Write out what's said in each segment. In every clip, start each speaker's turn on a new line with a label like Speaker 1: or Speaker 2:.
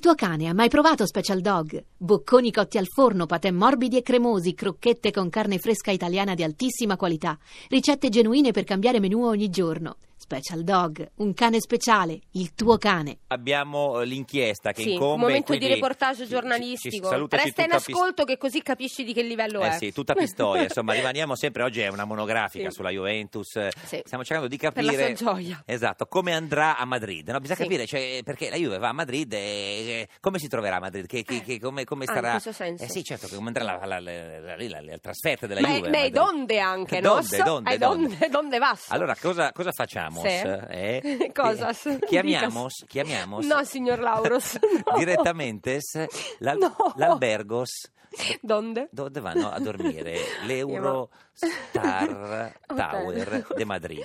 Speaker 1: tuo cane ha mai provato Special Dog? Bocconi cotti al forno, patè morbidi e cremosi, crocchette con carne fresca italiana di altissima qualità, ricette genuine per cambiare menù ogni giorno. Special Dog, un cane speciale, il tuo cane.
Speaker 2: Abbiamo eh, l'inchiesta che
Speaker 3: Sì,
Speaker 2: incombe.
Speaker 3: momento
Speaker 2: quindi-
Speaker 3: di reportage
Speaker 2: ci- ci-
Speaker 3: giornalistico.
Speaker 2: ci salutaci
Speaker 3: Resta in
Speaker 2: tutta pis-
Speaker 3: ascolto che così capisci di che livello
Speaker 2: eh
Speaker 3: è.
Speaker 2: sì, tutta pistoia, insomma, rimaniamo sempre. Oggi è una monografica
Speaker 3: Sì.
Speaker 2: sulla Juventus. eh,
Speaker 3: Sì.
Speaker 2: Stiamo cercando di
Speaker 3: Per la
Speaker 2: capire.
Speaker 3: sua gioia.
Speaker 2: Esatto, come andrà a Madrid? No, bisogna
Speaker 3: Sì.
Speaker 2: capire cioè, perché la Juve va a Madrid e, e come si troverà a Madrid? Che, che- che- come, come
Speaker 3: Ah, in
Speaker 2: starà?
Speaker 3: questo senso.
Speaker 2: Eh sì, certo, che come andrà la, la, la- la- la- la- la trasferta della
Speaker 3: Ma è-
Speaker 2: Juve? a
Speaker 3: ma è
Speaker 2: Madrid.
Speaker 3: donde anche, no?
Speaker 2: Donde, donde,
Speaker 3: È
Speaker 2: donde.
Speaker 3: donde, donde vas.
Speaker 2: Allora, cosa, cosa facciamo?
Speaker 3: Sì.
Speaker 2: Eh?
Speaker 3: Cosas.
Speaker 2: Eh, Chiamiamos,
Speaker 3: Dicas.
Speaker 2: chiamiamos
Speaker 3: No, signor Lauros. no.
Speaker 2: direttamente l'al-
Speaker 3: No.
Speaker 2: l'albergos
Speaker 3: Donde?
Speaker 2: dove cioè, vanno a dormire l'Eurostar
Speaker 3: Hotel.
Speaker 2: Tower di Madrid.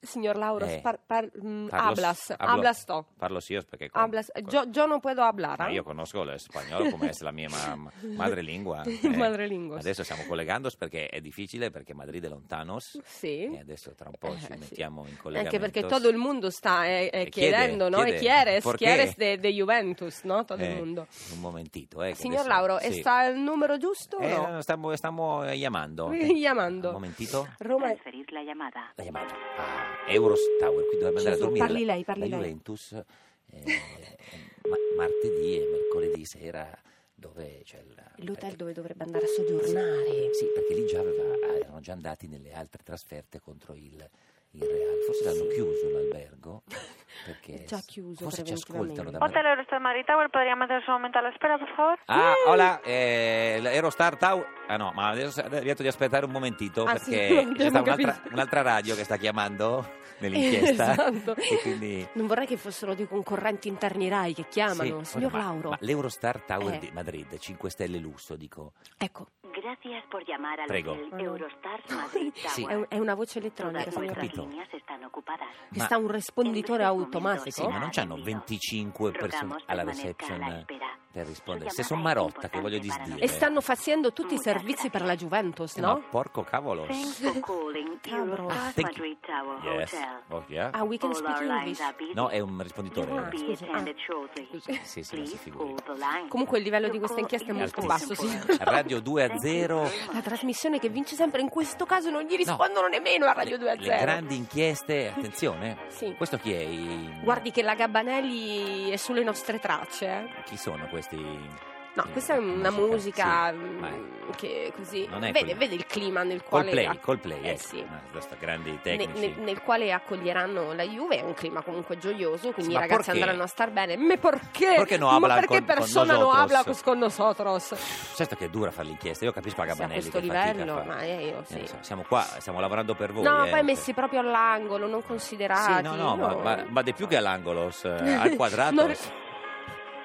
Speaker 3: Signor Lauros,
Speaker 2: Eh.
Speaker 3: par- par- mm,
Speaker 2: Parlo-
Speaker 3: hablas,
Speaker 2: hablo-
Speaker 3: hablas to.
Speaker 2: Parlo sì, io perché... con-
Speaker 3: Hablas.
Speaker 2: con-
Speaker 3: Yo, yo no puedo hablar.
Speaker 2: Ma
Speaker 3: ah?
Speaker 2: io conosco lo spagnolo come è la mia ma- madrelingua. eh.
Speaker 3: Madrelingua.
Speaker 2: Adesso stiamo collegandosi perché è difficile, perché Madrid è lontanos.
Speaker 3: Sì.
Speaker 2: E adesso tra un po' ci
Speaker 3: Eh, sì.
Speaker 2: mettiamo in collegamento.
Speaker 3: Anche perché todo il mondo sta eh, eh,
Speaker 2: Eh, chiede,
Speaker 3: chiedendo, no?
Speaker 2: chiede,
Speaker 3: E quieres,
Speaker 2: ¿por qué?
Speaker 3: quieres de, de Juventus, no? Todo il
Speaker 2: Eh,
Speaker 3: mondo.
Speaker 2: Un momentito, eh, che
Speaker 3: Signor
Speaker 2: adesso-
Speaker 3: Lauro, e
Speaker 2: sì.
Speaker 3: sta il numero giusto o
Speaker 2: Eh,
Speaker 3: no?
Speaker 2: no, stiamo, stiamo eh, chiamando.
Speaker 3: Chiamando.
Speaker 2: Un momentito.
Speaker 3: Roma...
Speaker 4: Transferir la llamada.
Speaker 2: La chiamata. Ah, Eurostower, qui dovrebbe andare a
Speaker 3: Gesù,
Speaker 2: dormire.
Speaker 3: parli
Speaker 2: la-
Speaker 3: lei,
Speaker 2: la
Speaker 3: parli lei.
Speaker 2: Juventus eh, ma- martedì e mercoledì sera dove c'è la-
Speaker 3: L'hotel
Speaker 2: eh,
Speaker 3: dove dovrebbe andare a soggiornare.
Speaker 2: Sì, perché lì già aveva- ah, erano già andati nelle altre trasferte contro il, il Real. Forse l'hanno chiuso l'albergo. Perché
Speaker 3: Già chiuso
Speaker 2: Forse ci
Speaker 3: preventivamente.
Speaker 2: ascoltano da
Speaker 5: Hotel Eurostar Madrid Tower, ¿podría mantener su momento a la espera, por favor?
Speaker 2: Ah, hola, eh, Aerostar Tower. Ah no, ma adesso detto di aspettare un momentito
Speaker 3: Ah, sì,
Speaker 2: perché
Speaker 3: abbiamo
Speaker 2: c'è stata un'altra,
Speaker 3: capito.
Speaker 2: un'altra radio che sta chiamando nell'inchiesta.
Speaker 3: Esatto.
Speaker 2: eh. E quindi...
Speaker 3: Non vorrei che fossero dei concorrenti interni Rai che chiamano.
Speaker 2: Sì,
Speaker 3: Signor
Speaker 2: ma-
Speaker 3: Lauro,
Speaker 2: ma l'Eurostar Tower
Speaker 3: Eh.
Speaker 2: di Madrid, 5 stelle lusso, dico.
Speaker 3: ecco,
Speaker 4: Gracias por llamar al
Speaker 2: Prego.
Speaker 4: hotel
Speaker 3: Ah, no.
Speaker 4: Eurostar Madrid Tower.
Speaker 2: Sì.
Speaker 3: è, un- è una voce
Speaker 4: Todas
Speaker 3: elettronica.
Speaker 2: Ho
Speaker 3: signor-
Speaker 4: nuestras
Speaker 2: capito.
Speaker 4: líneas están ocupadas.
Speaker 3: Che
Speaker 2: Ma-
Speaker 3: sta un risponditore automatico.
Speaker 2: Sì, ma non c'hanno
Speaker 4: Sì.
Speaker 2: 25 persone
Speaker 4: Rogamos
Speaker 2: alla
Speaker 4: permanezca
Speaker 2: reception
Speaker 4: alla espera.
Speaker 2: per rispondere.
Speaker 4: Su
Speaker 2: Se sono
Speaker 4: chiamata è
Speaker 2: Marotta, che voglio
Speaker 4: importante
Speaker 2: disdire.
Speaker 3: E stanno facendo tutti i servizi per la Juventus,
Speaker 2: Eh, ma
Speaker 3: no?
Speaker 2: porco cavolo.
Speaker 4: Thanks for calling
Speaker 2: Ah,
Speaker 3: Cavolo.
Speaker 4: Eurostar
Speaker 2: thank you.
Speaker 4: Madrid Tower
Speaker 2: Yes.
Speaker 4: Hotel.
Speaker 2: Oh, yeah.
Speaker 3: Ah, we can
Speaker 4: All
Speaker 3: speak
Speaker 4: our lines
Speaker 3: English.
Speaker 4: are busy.
Speaker 2: No, è un eh.
Speaker 4: You will
Speaker 2: risponditore.
Speaker 3: Ah,
Speaker 4: be
Speaker 3: scusi,
Speaker 4: attended shortly.
Speaker 3: scusi.
Speaker 2: Sì, sì, ma si
Speaker 4: Please
Speaker 2: figuri.
Speaker 4: hold the line.
Speaker 3: Comunque il livello di
Speaker 4: To
Speaker 3: questa
Speaker 4: call
Speaker 3: inchiesta è molto
Speaker 4: Eurostar
Speaker 3: basso,
Speaker 4: Madrid.
Speaker 3: signor Lauro.
Speaker 2: Radio 2 a 0.
Speaker 3: La trasmissione che vince sempre, in questo caso non gli rispondono nemmeno a Radio 2 ah, a 0.
Speaker 2: Le grandi inchieste, attenzione.
Speaker 3: Sì.
Speaker 2: Questo chi è? I-
Speaker 3: Guardi che la Gabbanelli è sulle nostre tracce. eh.
Speaker 2: Chi sono questi?
Speaker 3: No,
Speaker 2: Eh,
Speaker 3: questa è una musica
Speaker 2: sì,
Speaker 3: mm,
Speaker 2: ma è-
Speaker 3: che così
Speaker 2: Non è
Speaker 3: vede,
Speaker 2: quella-
Speaker 3: vede il clima nel quale
Speaker 2: Coldplay,
Speaker 3: ac-
Speaker 2: Coldplay,
Speaker 3: eh
Speaker 2: ecco.
Speaker 3: sì.
Speaker 2: Ma questi grandi
Speaker 3: ne-
Speaker 2: tecnici.
Speaker 3: ne- nel quale accoglieranno la Juve è un clima comunque gioioso quindi
Speaker 2: Sì,
Speaker 3: i
Speaker 2: ma
Speaker 3: ragazzi
Speaker 2: perché?
Speaker 3: andranno a star bene ma perché?
Speaker 2: Perché no
Speaker 3: Ma
Speaker 2: hablan
Speaker 3: perché
Speaker 2: con- con
Speaker 3: persona no
Speaker 2: nosotros?
Speaker 3: habla cos- con nosotros
Speaker 2: Certo che è dura fare l'inchiesta, io capisco la
Speaker 3: Sì, a
Speaker 2: Gabanelli
Speaker 3: questo
Speaker 2: che fatica
Speaker 3: livello
Speaker 2: fa.
Speaker 3: ma eh, io
Speaker 2: Eh,
Speaker 3: sì
Speaker 2: so, siamo qua, stiamo lavorando per voi.
Speaker 3: no
Speaker 2: eh.
Speaker 3: poi messi proprio all'angolo non considerati
Speaker 2: Sì, no, no, ma, ma, ma di più che all'angolo, s- al quadrato.
Speaker 3: Non-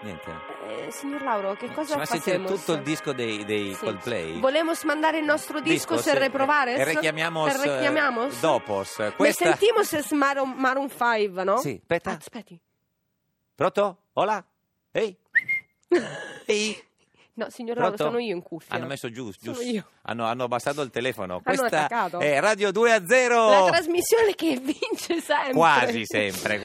Speaker 2: Niente.
Speaker 3: Eh, signor Lauro che cosa
Speaker 2: Ci va a sentire
Speaker 3: facciamo?
Speaker 2: tutto il disco dei, dei
Speaker 3: Sì.
Speaker 2: Coldplay?
Speaker 3: Volemos mandare il nostro disco,
Speaker 2: Discos,
Speaker 3: se reprovare?
Speaker 2: E richiamiamo
Speaker 3: Se richiamiamos?
Speaker 2: Dopos.
Speaker 3: Ne
Speaker 2: Questa...
Speaker 3: sentimo se es Maroon, Maroon 5, no?
Speaker 2: Sì, aspetta.
Speaker 3: Ah, aspetti.
Speaker 2: Pronto? Hola? Ehi? Ehi?
Speaker 3: No, signor Lauro,
Speaker 2: Pronto?
Speaker 3: sono io in cuffia.
Speaker 2: Hanno messo giù, giù.
Speaker 3: Sono io.
Speaker 2: Hanno, hanno abbassato il telefono.
Speaker 3: Hanno
Speaker 2: Questa
Speaker 3: attaccato.
Speaker 2: è Radio 2 a 0.
Speaker 3: La trasmissione che vince sempre.
Speaker 2: Quasi sempre.